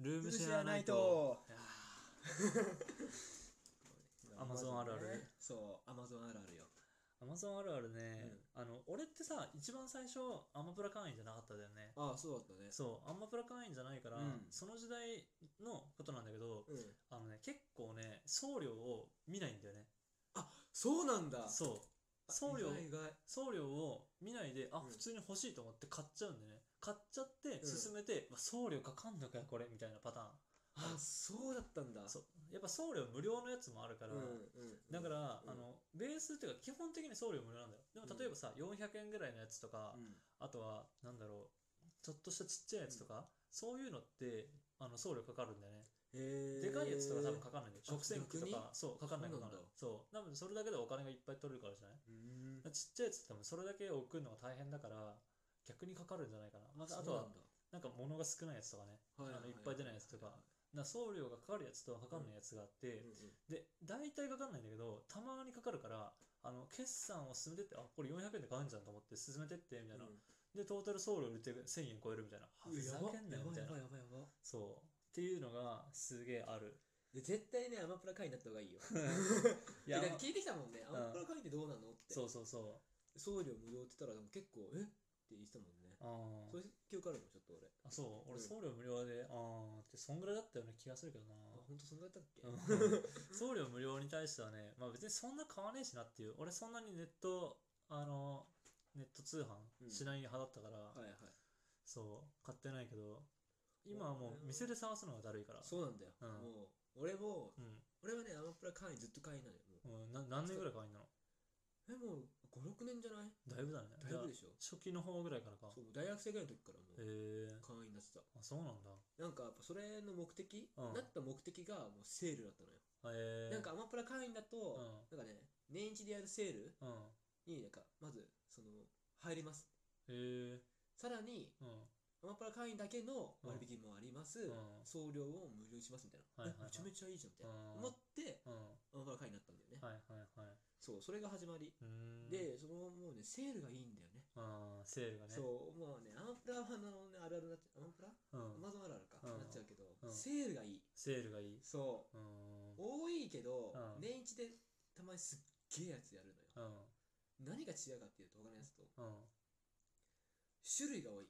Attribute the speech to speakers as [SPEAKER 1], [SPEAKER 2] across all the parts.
[SPEAKER 1] ルームシ
[SPEAKER 2] 知
[SPEAKER 1] ェ
[SPEAKER 2] ら
[SPEAKER 1] アナ
[SPEAKER 2] な
[SPEAKER 1] イ
[SPEAKER 2] い
[SPEAKER 1] ト
[SPEAKER 2] と。
[SPEAKER 1] アマゾンあるある
[SPEAKER 2] ねそう、アマゾンあるあるよ。
[SPEAKER 1] アマゾンあるあるね、あの俺ってさ一番最初アマプラ会員じゃなかったんだよね
[SPEAKER 2] ああ、そうだったね。
[SPEAKER 1] そうアマプラ会員じゃないから、
[SPEAKER 2] うん
[SPEAKER 1] その時代のことなんだけど
[SPEAKER 2] うん。
[SPEAKER 1] あのね結構ね送料を見ないんだよね
[SPEAKER 2] そうなんだ。
[SPEAKER 1] そう
[SPEAKER 2] あ
[SPEAKER 1] 送料
[SPEAKER 2] 意外意外。
[SPEAKER 1] 送料を見ないであ、
[SPEAKER 2] うん
[SPEAKER 1] 普通に欲しいと思って買っちゃうんでね買っちゃって
[SPEAKER 2] うん
[SPEAKER 1] 進めて、まあ送料かかんのかよこれみたいなパターン
[SPEAKER 2] あ、そうだったんだ。
[SPEAKER 1] そうやっぱ送料無料のやつもあるから、
[SPEAKER 2] うんうん。
[SPEAKER 1] だから、
[SPEAKER 2] う
[SPEAKER 1] あ
[SPEAKER 2] ん
[SPEAKER 1] のベースっていうか基本的に送料無料なんだよでも
[SPEAKER 2] うん
[SPEAKER 1] 例えばさ、400円ぐらいのやつとか、
[SPEAKER 2] うん、
[SPEAKER 1] あとはなんだろうちょっとしたちっちゃいやつとか、そういうのってあの送料かかるんだよね、
[SPEAKER 2] へ
[SPEAKER 1] で
[SPEAKER 2] ー
[SPEAKER 1] かいやつとか多分かかんないんだよ
[SPEAKER 2] あ
[SPEAKER 1] 食洗機と
[SPEAKER 2] 逆に
[SPEAKER 1] かそうかかんない
[SPEAKER 2] そ
[SPEAKER 1] か
[SPEAKER 2] う
[SPEAKER 1] かな
[SPEAKER 2] なんんだ
[SPEAKER 1] いそう多分それだけでお金がいっぱい取れるからじゃない
[SPEAKER 2] う
[SPEAKER 1] だ
[SPEAKER 2] ん
[SPEAKER 1] からちっちゃいやつって多分それだけ送るのが大変だから逆にかかるんじゃないかな、また、あとはなんか物が少ないやつとかね
[SPEAKER 2] そうなん
[SPEAKER 1] あの
[SPEAKER 2] だ、
[SPEAKER 1] いっぱい出ないやつとか
[SPEAKER 2] は
[SPEAKER 1] な送料がかかるやつとかかんないやつがあって、
[SPEAKER 2] いはいはいうんうん
[SPEAKER 1] で大体かかんないんだけどたまにかかるからあの決算を進めてってあこれ400円で買うんじゃんと思って進めてってみたいな、
[SPEAKER 2] うん
[SPEAKER 1] でトータル送料売って1000円超えるみたいなあふ
[SPEAKER 2] う
[SPEAKER 1] ざ
[SPEAKER 2] わ
[SPEAKER 1] けんなよみたいな
[SPEAKER 2] やばいやばいやばいやばい
[SPEAKER 1] そうっていうのがすげえある
[SPEAKER 2] で絶対ねアマプラ会員になった方がいいよ
[SPEAKER 1] いや
[SPEAKER 2] てか聞いてきたもんねア
[SPEAKER 1] ん
[SPEAKER 2] マプラ会員ってどうなのって
[SPEAKER 1] そうそうそ
[SPEAKER 2] 送料無料って言ったらでも結構えって言ってたもんね
[SPEAKER 1] うあ
[SPEAKER 2] そういう記憶あるもんちょっと俺
[SPEAKER 1] あそう俺
[SPEAKER 2] うん
[SPEAKER 1] 送料無料で、ああってそんぐらいだったような気がするけどな
[SPEAKER 2] あ本当そんなやったっけ
[SPEAKER 1] うん 送料無料に対してはね、まあ、別にそんな買わねえしなっていう俺そんなにネットあのネット通
[SPEAKER 2] う
[SPEAKER 1] 販
[SPEAKER 2] ん
[SPEAKER 1] しない派だったから、
[SPEAKER 2] はいはい
[SPEAKER 1] そう買ってないけど今はもう店で探すのがだるいから
[SPEAKER 2] そうなんだよ
[SPEAKER 1] うん
[SPEAKER 2] もう俺も
[SPEAKER 1] うん、
[SPEAKER 2] 俺はねアマプラ会員ずっと会員なのよ
[SPEAKER 1] うん、
[SPEAKER 2] もう
[SPEAKER 1] な何年ぐらい買いなの
[SPEAKER 2] えもう56年じゃない
[SPEAKER 1] だいぶだね
[SPEAKER 2] だいぶでしょ
[SPEAKER 1] じゃあ初期の方ぐらいからか
[SPEAKER 2] そう大学生ぐらいの時からも
[SPEAKER 1] へえ
[SPEAKER 2] う会員になってた
[SPEAKER 1] あそうなんだ
[SPEAKER 2] なんかやっぱそれの目的、
[SPEAKER 1] うん
[SPEAKER 2] なった目的がもうセールだったのよ、
[SPEAKER 1] へえ
[SPEAKER 2] なんかアマプラ会員だと、
[SPEAKER 1] う
[SPEAKER 2] なんかね年一でやるセール
[SPEAKER 1] うんうん
[SPEAKER 2] になんかまずその入ります
[SPEAKER 1] へえ
[SPEAKER 2] さらに
[SPEAKER 1] うん
[SPEAKER 2] アマプラ会員だけの割引もあります、
[SPEAKER 1] うん
[SPEAKER 2] 送料を無料にしますみたいな、
[SPEAKER 1] はいはいはい
[SPEAKER 2] えめちゃめちゃいいじゃんみたいな、
[SPEAKER 1] うん
[SPEAKER 2] 思って
[SPEAKER 1] うん
[SPEAKER 2] アマプラ会員になったんだよね、
[SPEAKER 1] はいはいはい
[SPEAKER 2] そうそれが始まり、
[SPEAKER 1] うーん
[SPEAKER 2] でそのもうねセールがいいんだよね
[SPEAKER 1] あーセールがね
[SPEAKER 2] そうもうねアマプラはあの、ね、あるあるなっちゃうアマプラ
[SPEAKER 1] うん
[SPEAKER 2] アマゾンあるあるか、
[SPEAKER 1] うん
[SPEAKER 2] なっちゃうけど、
[SPEAKER 1] うん
[SPEAKER 2] セールがいい
[SPEAKER 1] セールがいいう
[SPEAKER 2] そ
[SPEAKER 1] ーん
[SPEAKER 2] う多いけど、
[SPEAKER 1] うん
[SPEAKER 2] 年一でたまにすっげえやつやるのよ
[SPEAKER 1] うん
[SPEAKER 2] 何が違うかっていうと他のやつと
[SPEAKER 1] うん
[SPEAKER 2] 種類が多い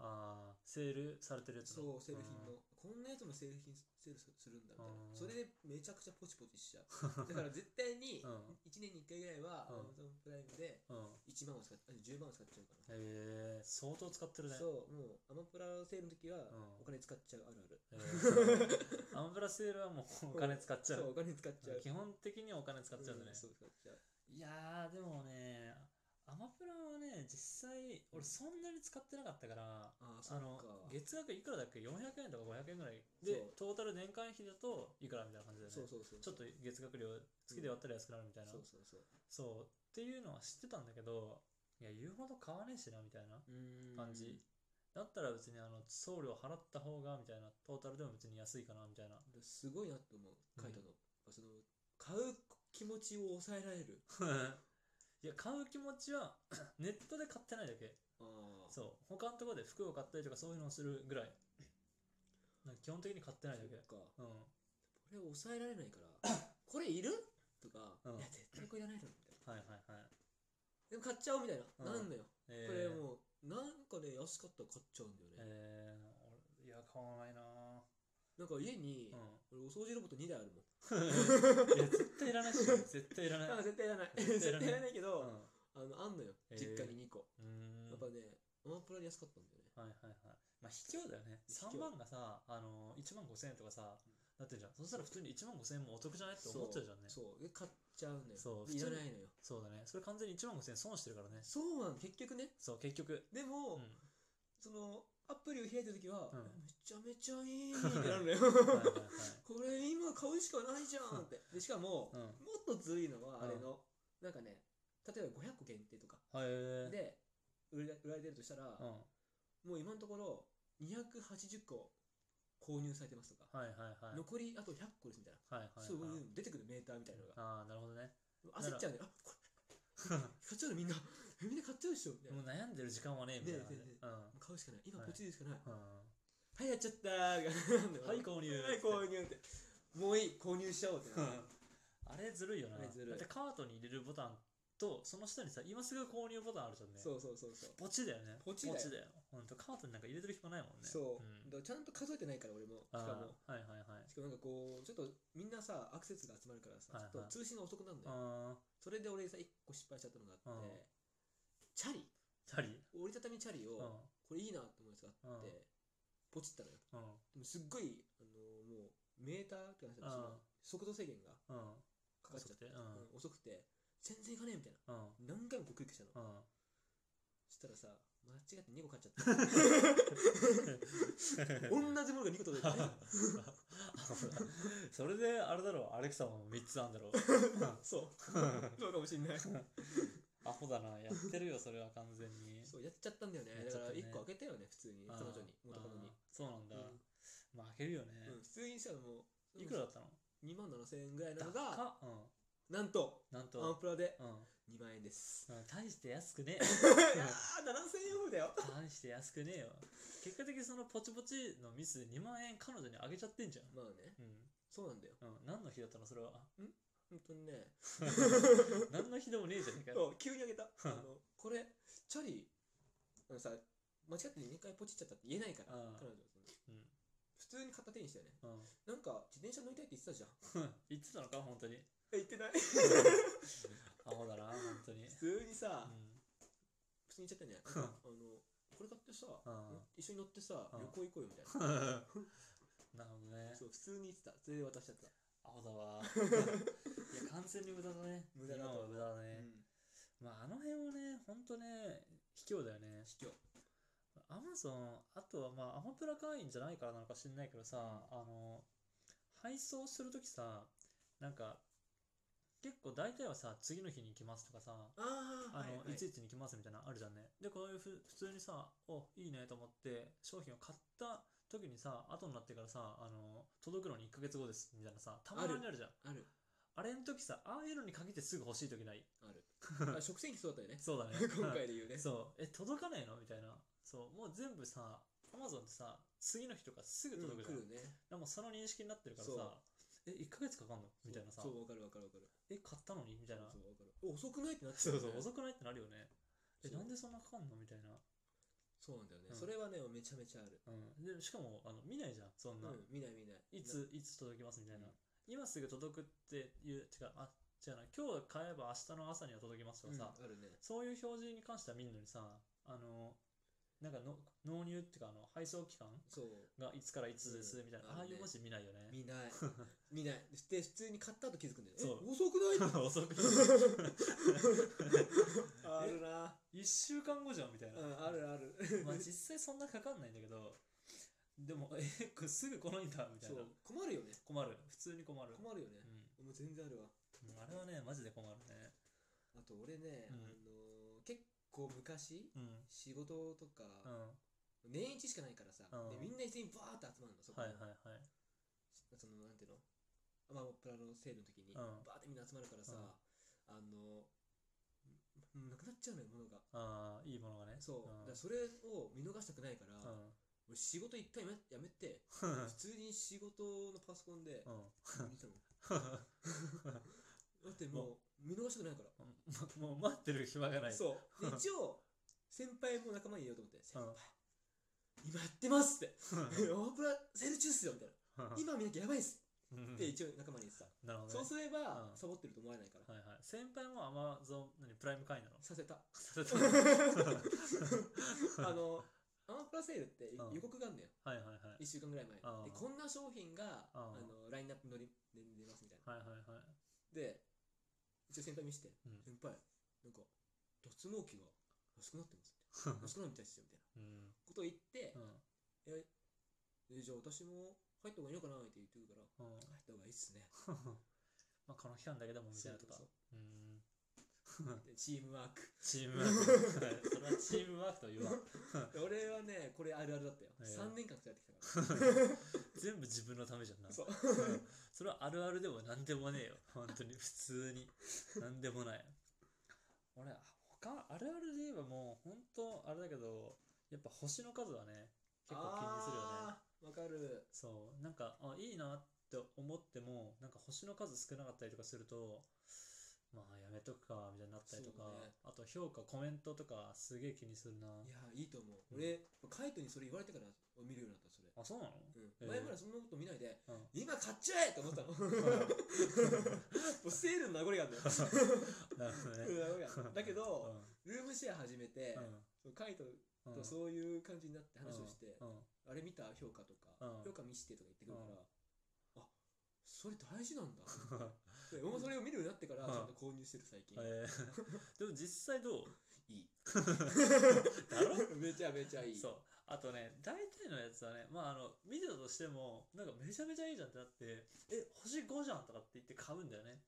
[SPEAKER 1] ああセールされてるやつ
[SPEAKER 2] そうセール品のこんなやつもセール品セールするんだみたい
[SPEAKER 1] うん
[SPEAKER 2] なそれでめちゃくちゃポチポチしち ゃうだから絶対に
[SPEAKER 1] うん
[SPEAKER 2] 1年に1回ぐらいは
[SPEAKER 1] うん
[SPEAKER 2] Amazon プライムで
[SPEAKER 1] うんうん
[SPEAKER 2] 1万を使っあ10万を使っちゃうかな
[SPEAKER 1] へえ相当使ってるね
[SPEAKER 2] そうもうアマプラセールの時は
[SPEAKER 1] ん
[SPEAKER 2] お金使っちゃうあるある
[SPEAKER 1] え ーアンブラセールはもうお金使っちゃ
[SPEAKER 2] そうお
[SPEAKER 1] う。
[SPEAKER 2] 金使っちゃう
[SPEAKER 1] 基本的にはお金使っちゃうんだね
[SPEAKER 2] ん。そう使っちゃう
[SPEAKER 1] いやー、でもね、アマプラはね、実際、俺そんなに使ってなかったから、
[SPEAKER 2] ああそ
[SPEAKER 1] あ
[SPEAKER 2] う
[SPEAKER 1] の
[SPEAKER 2] か
[SPEAKER 1] 月額いくらだっけ ?400 円とか500円ぐらい。で、トータル年間費だといくらみたいな感じだよね。
[SPEAKER 2] そうそうそう
[SPEAKER 1] ちょっと月額料、月で割ったら安くなるみたいな。
[SPEAKER 2] そうそうそう
[SPEAKER 1] そう。っていうのは知ってたんだけど、いや、言うほど買わねえしな、みたいな。
[SPEAKER 2] うーん
[SPEAKER 1] 感じだったら別にあの送料払った方がみたいなトータルでも別に安いかなみたいな
[SPEAKER 2] すごいなと思う書いたの、その買う気持ちを抑えられる
[SPEAKER 1] いや買う気持ちは ネットで買ってないだけ
[SPEAKER 2] ああ
[SPEAKER 1] そう他のところで服を買ったりとかそういうのをするぐらいなんか基本的に買ってないだけ
[SPEAKER 2] そっか
[SPEAKER 1] うん
[SPEAKER 2] これ抑えられな いから、これいるとか、
[SPEAKER 1] うん
[SPEAKER 2] いや、絶対これいらないだろみたいな。
[SPEAKER 1] はいはいはい
[SPEAKER 2] でも買っちゃおうみたいな。
[SPEAKER 1] うん
[SPEAKER 2] なんだよ。
[SPEAKER 1] えー、
[SPEAKER 2] これもう、なんかね、安かったら買っちゃうんだよね。
[SPEAKER 1] えー、俺いや買わないな
[SPEAKER 2] なんか家に、
[SPEAKER 1] う
[SPEAKER 2] 俺、お掃除ロボット2台あるもん。
[SPEAKER 1] んいや絶対いらないし 絶対いらない
[SPEAKER 2] あ絶対いらない。
[SPEAKER 1] 絶対
[SPEAKER 2] 絶
[SPEAKER 1] いらない
[SPEAKER 2] 対いらないけ
[SPEAKER 1] う
[SPEAKER 2] ど、
[SPEAKER 1] ん
[SPEAKER 2] あの、あんのよ。
[SPEAKER 1] えー
[SPEAKER 2] 実家に2個。
[SPEAKER 1] うーん
[SPEAKER 2] やっぱね、アマプラで安かったんだよね。
[SPEAKER 1] はいはいはい。まあ、卑怯だよね。
[SPEAKER 2] 卑怯
[SPEAKER 1] 3万がさ、あのー、1万5千円とかさ、なってるじゃん。そしたら普通に1万5千円もお得じゃないって思っちゃうじゃんね。そう
[SPEAKER 2] そう。で、買っちゃうのよ。
[SPEAKER 1] そう
[SPEAKER 2] でいらないのよ。
[SPEAKER 1] だね。それ完全に1万5千円損してるからね。
[SPEAKER 2] そうなん結局ね。
[SPEAKER 1] そう、結局。
[SPEAKER 2] で
[SPEAKER 1] うん
[SPEAKER 2] も、。その、アプリを開いた時は、
[SPEAKER 1] うん
[SPEAKER 2] めちゃめちゃいいってなるのよ。
[SPEAKER 1] はい はいはい。
[SPEAKER 2] これ今買うしかないじゃんって。でしか も、
[SPEAKER 1] うん。
[SPEAKER 2] もっとずるいの
[SPEAKER 1] うん
[SPEAKER 2] はあれの、なんかね例えば500個限定とか
[SPEAKER 1] はい、えー。
[SPEAKER 2] で売れ売られてるとしたら、
[SPEAKER 1] うん。は
[SPEAKER 2] もう今のところ280個購入されてますとか、
[SPEAKER 1] いはいはい。
[SPEAKER 2] 残りあと100個ですみたいな、
[SPEAKER 1] はいはいはい。
[SPEAKER 2] そういうの出てくるメーターみたいなのが、
[SPEAKER 1] ああ、なるほどね。
[SPEAKER 2] 焦っちゃうねあこれ 買っちゃうのみんなみんな買っちゃうでしょみたいな
[SPEAKER 1] もう悩んでる時間はねえみたいな
[SPEAKER 2] ね
[SPEAKER 1] 感じで
[SPEAKER 2] ねね。
[SPEAKER 1] うん。
[SPEAKER 2] 買うしかない今
[SPEAKER 1] はい
[SPEAKER 2] ポチるしかない、
[SPEAKER 1] うん。
[SPEAKER 2] はいやっちゃったーが
[SPEAKER 1] はい購入
[SPEAKER 2] はい購入ってもういい購入しちゃおうってなる
[SPEAKER 1] あれずるいよな。
[SPEAKER 2] あれずるい
[SPEAKER 1] だってカートに入れるボタンと、その下にさ、今すぐ購入ボタンあるじゃんね。
[SPEAKER 2] そうそうそうそう
[SPEAKER 1] ポチだよね。
[SPEAKER 2] ポチだよ
[SPEAKER 1] ほんと、カートになんか入れてる暇ないもんね。
[SPEAKER 2] そう、
[SPEAKER 1] ん
[SPEAKER 2] だからちゃんと数えてないから俺もし
[SPEAKER 1] あ
[SPEAKER 2] かも
[SPEAKER 1] ーはいはいはい。
[SPEAKER 2] しかもなんかこうちょっとみんなさアクセスが集まるからさ、
[SPEAKER 1] はいはい
[SPEAKER 2] ちょっと通信が遅くなるんだよ、
[SPEAKER 1] あ
[SPEAKER 2] それで俺さ一個失敗しちゃったのがあって、
[SPEAKER 1] うん
[SPEAKER 2] チャリ
[SPEAKER 1] ー、チャリ。
[SPEAKER 2] 折りたたみチャリを、
[SPEAKER 1] うん。
[SPEAKER 2] これいいなって思うやつがあって、
[SPEAKER 1] うん
[SPEAKER 2] ポチったのよ
[SPEAKER 1] うん。
[SPEAKER 2] でもすっごい、あのもうメーターって話なん
[SPEAKER 1] うん
[SPEAKER 2] ですよ速度制限が
[SPEAKER 1] うん。
[SPEAKER 2] かかっちゃっ
[SPEAKER 1] 遅く
[SPEAKER 2] て
[SPEAKER 1] てうん
[SPEAKER 2] うん遅くて全然いかねえみたいな
[SPEAKER 1] うん。
[SPEAKER 2] 何回もこうクリックしたの、
[SPEAKER 1] うん。
[SPEAKER 2] そしたらさ間違って2個買っちゃった 同じものが2個届いてね
[SPEAKER 1] それであれだろう、アレクサも3つあんだろう。
[SPEAKER 2] そうそうかもしんない
[SPEAKER 1] アホだな、やってるよ、それは完全に。
[SPEAKER 2] そうやっちゃったんだよね
[SPEAKER 1] やっ
[SPEAKER 2] だ
[SPEAKER 1] ちゃ
[SPEAKER 2] か
[SPEAKER 1] っ
[SPEAKER 2] ら
[SPEAKER 1] たね
[SPEAKER 2] 1個開けたよね普通に
[SPEAKER 1] あー
[SPEAKER 2] 彼女に元カノに
[SPEAKER 1] あーそうなんだ。
[SPEAKER 2] うん
[SPEAKER 1] まあ、開けるよね。
[SPEAKER 2] うん普通にしたらもう
[SPEAKER 1] いくらだったの
[SPEAKER 2] 2万7000円ぐらいなの
[SPEAKER 1] 高
[SPEAKER 2] が
[SPEAKER 1] っう
[SPEAKER 2] なんと
[SPEAKER 1] ん。なん
[SPEAKER 2] アン
[SPEAKER 1] と、
[SPEAKER 2] プラで
[SPEAKER 1] うん。
[SPEAKER 2] 2万円です
[SPEAKER 1] うん大して安くね
[SPEAKER 2] い
[SPEAKER 1] え。
[SPEAKER 2] やー7000円オフだよ
[SPEAKER 1] 大して安くねえよ。結果的にそのポチポチのミスで2万円彼女にあげちゃってんじゃん。
[SPEAKER 2] まあね
[SPEAKER 1] う
[SPEAKER 2] そうなんだよ
[SPEAKER 1] ん。うん。何の日だったのそれは。
[SPEAKER 2] 本当にね
[SPEAKER 1] 何の日でもねえじゃねえか
[SPEAKER 2] そ
[SPEAKER 1] よ。
[SPEAKER 2] う急にあげたあのこれチャリあのさ間違って2回ポチっちゃったって言えないから
[SPEAKER 1] うん
[SPEAKER 2] 彼女は
[SPEAKER 1] うん。
[SPEAKER 2] 普通に片手にしたよね
[SPEAKER 1] うん。
[SPEAKER 2] なんか自転車乗りたいって言ってたじゃん
[SPEAKER 1] 言ってたのか本 当に。
[SPEAKER 2] え言ってない
[SPEAKER 1] アホだな、本当に。
[SPEAKER 2] 普通に
[SPEAKER 1] う
[SPEAKER 2] さ
[SPEAKER 1] ん。
[SPEAKER 2] 普通に言っちゃったよねなんかあのこれ買ってさ
[SPEAKER 1] うん
[SPEAKER 2] 一緒に乗ってさ
[SPEAKER 1] うん
[SPEAKER 2] 旅行行こうよみたいな
[SPEAKER 1] なるほどね
[SPEAKER 2] そ。う普通に言ってたそれで渡しちゃった
[SPEAKER 1] アホだ わ。いや、完全に無駄だね。
[SPEAKER 2] 無駄だと
[SPEAKER 1] 今
[SPEAKER 2] 思
[SPEAKER 1] は
[SPEAKER 2] う
[SPEAKER 1] 無駄だ
[SPEAKER 2] う
[SPEAKER 1] ね。
[SPEAKER 2] ん
[SPEAKER 1] まあ、あの辺はね、本当ね、卑怯だよね。
[SPEAKER 2] 卑怯
[SPEAKER 1] アマゾン、あとはまあ、アマプラ会員じゃないからなのか知んないけどさ、あの、配送するときさ、なんか、結構大体はさ、次の日に来ますとかさ、
[SPEAKER 2] ああ
[SPEAKER 1] あの、、
[SPEAKER 2] はいい
[SPEAKER 1] ついつに来ますみたいなのあるじゃんね。で、こういうふ普通にさ、お、いいねと思って、商品を買った時にさ、後になってからさ、あの、届くのに1ヶ月後ですみたいなさ、たまにあるじゃん。あ
[SPEAKER 2] ある
[SPEAKER 1] れの時さ、ああいうのに限ってすぐ欲しい時ない。
[SPEAKER 2] あるあ食洗機そうだったよね。
[SPEAKER 1] そうだね
[SPEAKER 2] 今回で言うね
[SPEAKER 1] そう、え、届かないのみたいな。そう、もう全部さ、アマゾンってさ、次の日とかすぐ
[SPEAKER 2] うん
[SPEAKER 1] 届くじ
[SPEAKER 2] 来
[SPEAKER 1] ゃん。
[SPEAKER 2] るね
[SPEAKER 1] でもその認識になってるから
[SPEAKER 2] そう
[SPEAKER 1] さ、え、1ヶ月かかんのみたいなさ
[SPEAKER 2] そ、うわかるわかるわかる
[SPEAKER 1] え、買ったのにみたいな。
[SPEAKER 2] そうそうわかるお遅くないってなっち
[SPEAKER 1] そ
[SPEAKER 2] ゃ
[SPEAKER 1] う
[SPEAKER 2] うよね
[SPEAKER 1] そう、遅くないってなるよね。え、
[SPEAKER 2] そう
[SPEAKER 1] なんでそんなかかんのみたいな。
[SPEAKER 2] そうなんだよね
[SPEAKER 1] うん
[SPEAKER 2] それはねめちゃめちゃある
[SPEAKER 1] うん。で、しかも、あの、見ないじゃん、そんな。
[SPEAKER 2] うん見ない見ない
[SPEAKER 1] いつ、いつ届きますみたいな
[SPEAKER 2] うん。
[SPEAKER 1] 今すぐ届くっていう、てか、あ、違うな、今日買えば明日の朝には届きますと
[SPEAKER 2] う
[SPEAKER 1] か
[SPEAKER 2] ん
[SPEAKER 1] さ、
[SPEAKER 2] あるね
[SPEAKER 1] そういう表示に関しては見るのにさ、あの、なんかの納入っていうか、あの、配送期間
[SPEAKER 2] そう
[SPEAKER 1] がいつからいつですみたいな、
[SPEAKER 2] うん
[SPEAKER 1] あ
[SPEAKER 2] あ
[SPEAKER 1] あ
[SPEAKER 2] る
[SPEAKER 1] い
[SPEAKER 2] ね
[SPEAKER 1] う文字見ないよね。
[SPEAKER 2] 見ない見ないで普通に買った後気づくんだよねえ
[SPEAKER 1] そう
[SPEAKER 2] 遅 くない
[SPEAKER 1] 遅 く
[SPEAKER 2] あるな
[SPEAKER 1] 一週間後じゃんみたいうな。
[SPEAKER 2] んあるある
[SPEAKER 1] まあ 実際そんなかかんないんだけど、でも、え、これすぐ来ないんだみたい
[SPEAKER 2] そ
[SPEAKER 1] な
[SPEAKER 2] う。困るよね
[SPEAKER 1] 困る。普通に困る。
[SPEAKER 2] 困るよねもう全然あるわ
[SPEAKER 1] うん。あれはね、マジで困るね。
[SPEAKER 2] あと俺ね
[SPEAKER 1] う
[SPEAKER 2] あ
[SPEAKER 1] ん
[SPEAKER 2] のー結構昔
[SPEAKER 1] うん。
[SPEAKER 2] 仕事とか
[SPEAKER 1] うん。は
[SPEAKER 2] 年一しかないからさ
[SPEAKER 1] うん
[SPEAKER 2] でみんな全員バーって集まるのそ
[SPEAKER 1] い
[SPEAKER 2] こ
[SPEAKER 1] は
[SPEAKER 2] に
[SPEAKER 1] いはい。
[SPEAKER 2] そのなんていうのまあプラのセールの時に
[SPEAKER 1] ん
[SPEAKER 2] バーってみんな集まるからさ、
[SPEAKER 1] うん
[SPEAKER 2] あのんなくなっちゃうのよものが
[SPEAKER 1] ああ、いいものがね。
[SPEAKER 2] そう、だから
[SPEAKER 1] う
[SPEAKER 2] それを見逃したくないから、
[SPEAKER 1] ん。うん。
[SPEAKER 2] 俺仕事一回やめやめて普通に仕事のパソコンで
[SPEAKER 1] うん。
[SPEAKER 2] 見てたもんだってもう見逃したくないから
[SPEAKER 1] もうもう待ってる暇がない。
[SPEAKER 2] そう で一応先輩も仲間にいようと思って「先
[SPEAKER 1] うん
[SPEAKER 2] 輩今やってます」って「オ ープラセール中っすよ」みたいな「今見なきゃやばいっす」
[SPEAKER 1] うん
[SPEAKER 2] って一応仲間に言ってた、
[SPEAKER 1] なるほどね。
[SPEAKER 2] そうすれば、
[SPEAKER 1] うん
[SPEAKER 2] サボってると思われないから
[SPEAKER 1] はいはい。先輩もアマゾン、何、プライム会員なの
[SPEAKER 2] させた
[SPEAKER 1] されたの
[SPEAKER 2] あの、アマプラセールって
[SPEAKER 1] うん
[SPEAKER 2] 予告があるんだよ、
[SPEAKER 1] はいはいはい。
[SPEAKER 2] 1週間ぐらい前。
[SPEAKER 1] あー
[SPEAKER 2] で、こんな商品があ
[SPEAKER 1] あー
[SPEAKER 2] のラインナップに乗り出出ますみたいな。
[SPEAKER 1] はいはいはい。
[SPEAKER 2] で、一応先輩見せて、
[SPEAKER 1] うん
[SPEAKER 2] 先輩、なんか、脱毛器が安くなってます って。安くなるみたいですよみたいな
[SPEAKER 1] うん。
[SPEAKER 2] ことを言って
[SPEAKER 1] う、ん。
[SPEAKER 2] え、えじゃあ私も入った方がいいのかなって言ってくるから、
[SPEAKER 1] うん。
[SPEAKER 2] 入った方がいいっすね。
[SPEAKER 1] まあ、この期間だけでもみたいなとか
[SPEAKER 2] そう。
[SPEAKER 1] うん。
[SPEAKER 2] でチームワーク。
[SPEAKER 1] チームワーク。 はいそれはチームワークとは言わん。
[SPEAKER 2] で俺はね、これあるあるだったよ。
[SPEAKER 1] えー
[SPEAKER 2] 3年間使ってきたから。
[SPEAKER 1] 全部自分のためじゃんな。
[SPEAKER 2] そう。
[SPEAKER 1] うんそれはあるあるでも何でもねえよ。本当に、普通に。何でもない。俺、他、あるあるで言えばもう、本当あれだけど、やっぱ星の数はね、結構気にするよね。
[SPEAKER 2] あわかる。
[SPEAKER 1] そうなんかあいいなって思ってもなんか星の数少なかったりとかするとまあやめとくかみたいになったりとか、
[SPEAKER 2] そうね
[SPEAKER 1] あと評価コメントとかすげえ気にするない
[SPEAKER 2] や、いいと思う。
[SPEAKER 1] うん
[SPEAKER 2] 俺、カイトにそれ言われてから見るようになった、それ。
[SPEAKER 1] あそうなの
[SPEAKER 2] う
[SPEAKER 1] えー
[SPEAKER 2] ん、前までそんなこと見ないで、
[SPEAKER 1] うん
[SPEAKER 2] 今買っちゃえと思ったの。も うセールの名残があるんだよ。
[SPEAKER 1] なるほどね
[SPEAKER 2] 名残があるだけ
[SPEAKER 1] う
[SPEAKER 2] ど、
[SPEAKER 1] ん
[SPEAKER 2] ルームシェア始めて、そうカイト
[SPEAKER 1] うん
[SPEAKER 2] とそういう感じになって話をして、
[SPEAKER 1] うん
[SPEAKER 2] あれ見た評価とか、
[SPEAKER 1] うん
[SPEAKER 2] 評価見してとか言ってくるから
[SPEAKER 1] う、
[SPEAKER 2] あそれ大事なんだ。
[SPEAKER 1] うん
[SPEAKER 2] で俺もそれを見るようになってから、
[SPEAKER 1] うん
[SPEAKER 2] ちゃんと購入してる、最近。
[SPEAKER 1] えーでも実際どう
[SPEAKER 2] いい。
[SPEAKER 1] だろ
[SPEAKER 2] めちゃめちゃいい。
[SPEAKER 1] そうあとね大体のやつはねまああの見てたとしてもなんかめちゃめちゃいいじゃんってなってえ星5じゃんとかって言って買うんだよね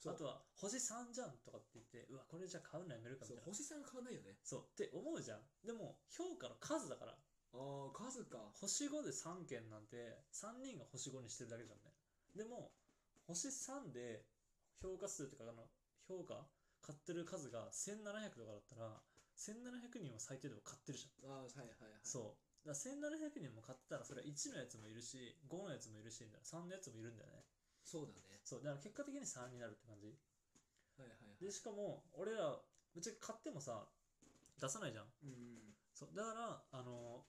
[SPEAKER 2] そう
[SPEAKER 1] あとは星3じゃんとかって言ってうわこれじゃ買うのやめるかみ
[SPEAKER 2] そう
[SPEAKER 1] たいな
[SPEAKER 2] 星さん買わないよね。
[SPEAKER 1] そうって思うじゃんでも評価の数だから
[SPEAKER 2] ああ、数か。
[SPEAKER 1] 星5で3件なんて3人が星5にしてるだけじゃんねでも星3で評価数とかあの評価買ってる数が1700とかだったら1700人は最低でも買ってるじゃん
[SPEAKER 2] ああ、はいはいはい。
[SPEAKER 1] そう。だから1700人も買ってたら、それは1のやつもいるし、5のやつもいるし、みたいな3のやつもいるんだよね。
[SPEAKER 2] そうだね。
[SPEAKER 1] そう。だから結果的に3になるって感じ。
[SPEAKER 2] はいはいは
[SPEAKER 1] で、
[SPEAKER 2] い。
[SPEAKER 1] しかも、俺ら、ぶっちゃけ買ってもさ、出さないじゃん。
[SPEAKER 2] うん。
[SPEAKER 1] そう。だから、あの、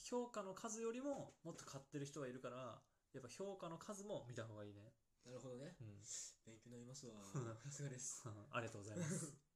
[SPEAKER 1] 評価の数よりももっと買ってる人がいるから、やっぱ評価の数も見た方がいいね。
[SPEAKER 2] なるほどね。
[SPEAKER 1] うん。。
[SPEAKER 2] 勉強になりますわさすがで す。
[SPEAKER 1] ありがとうございます。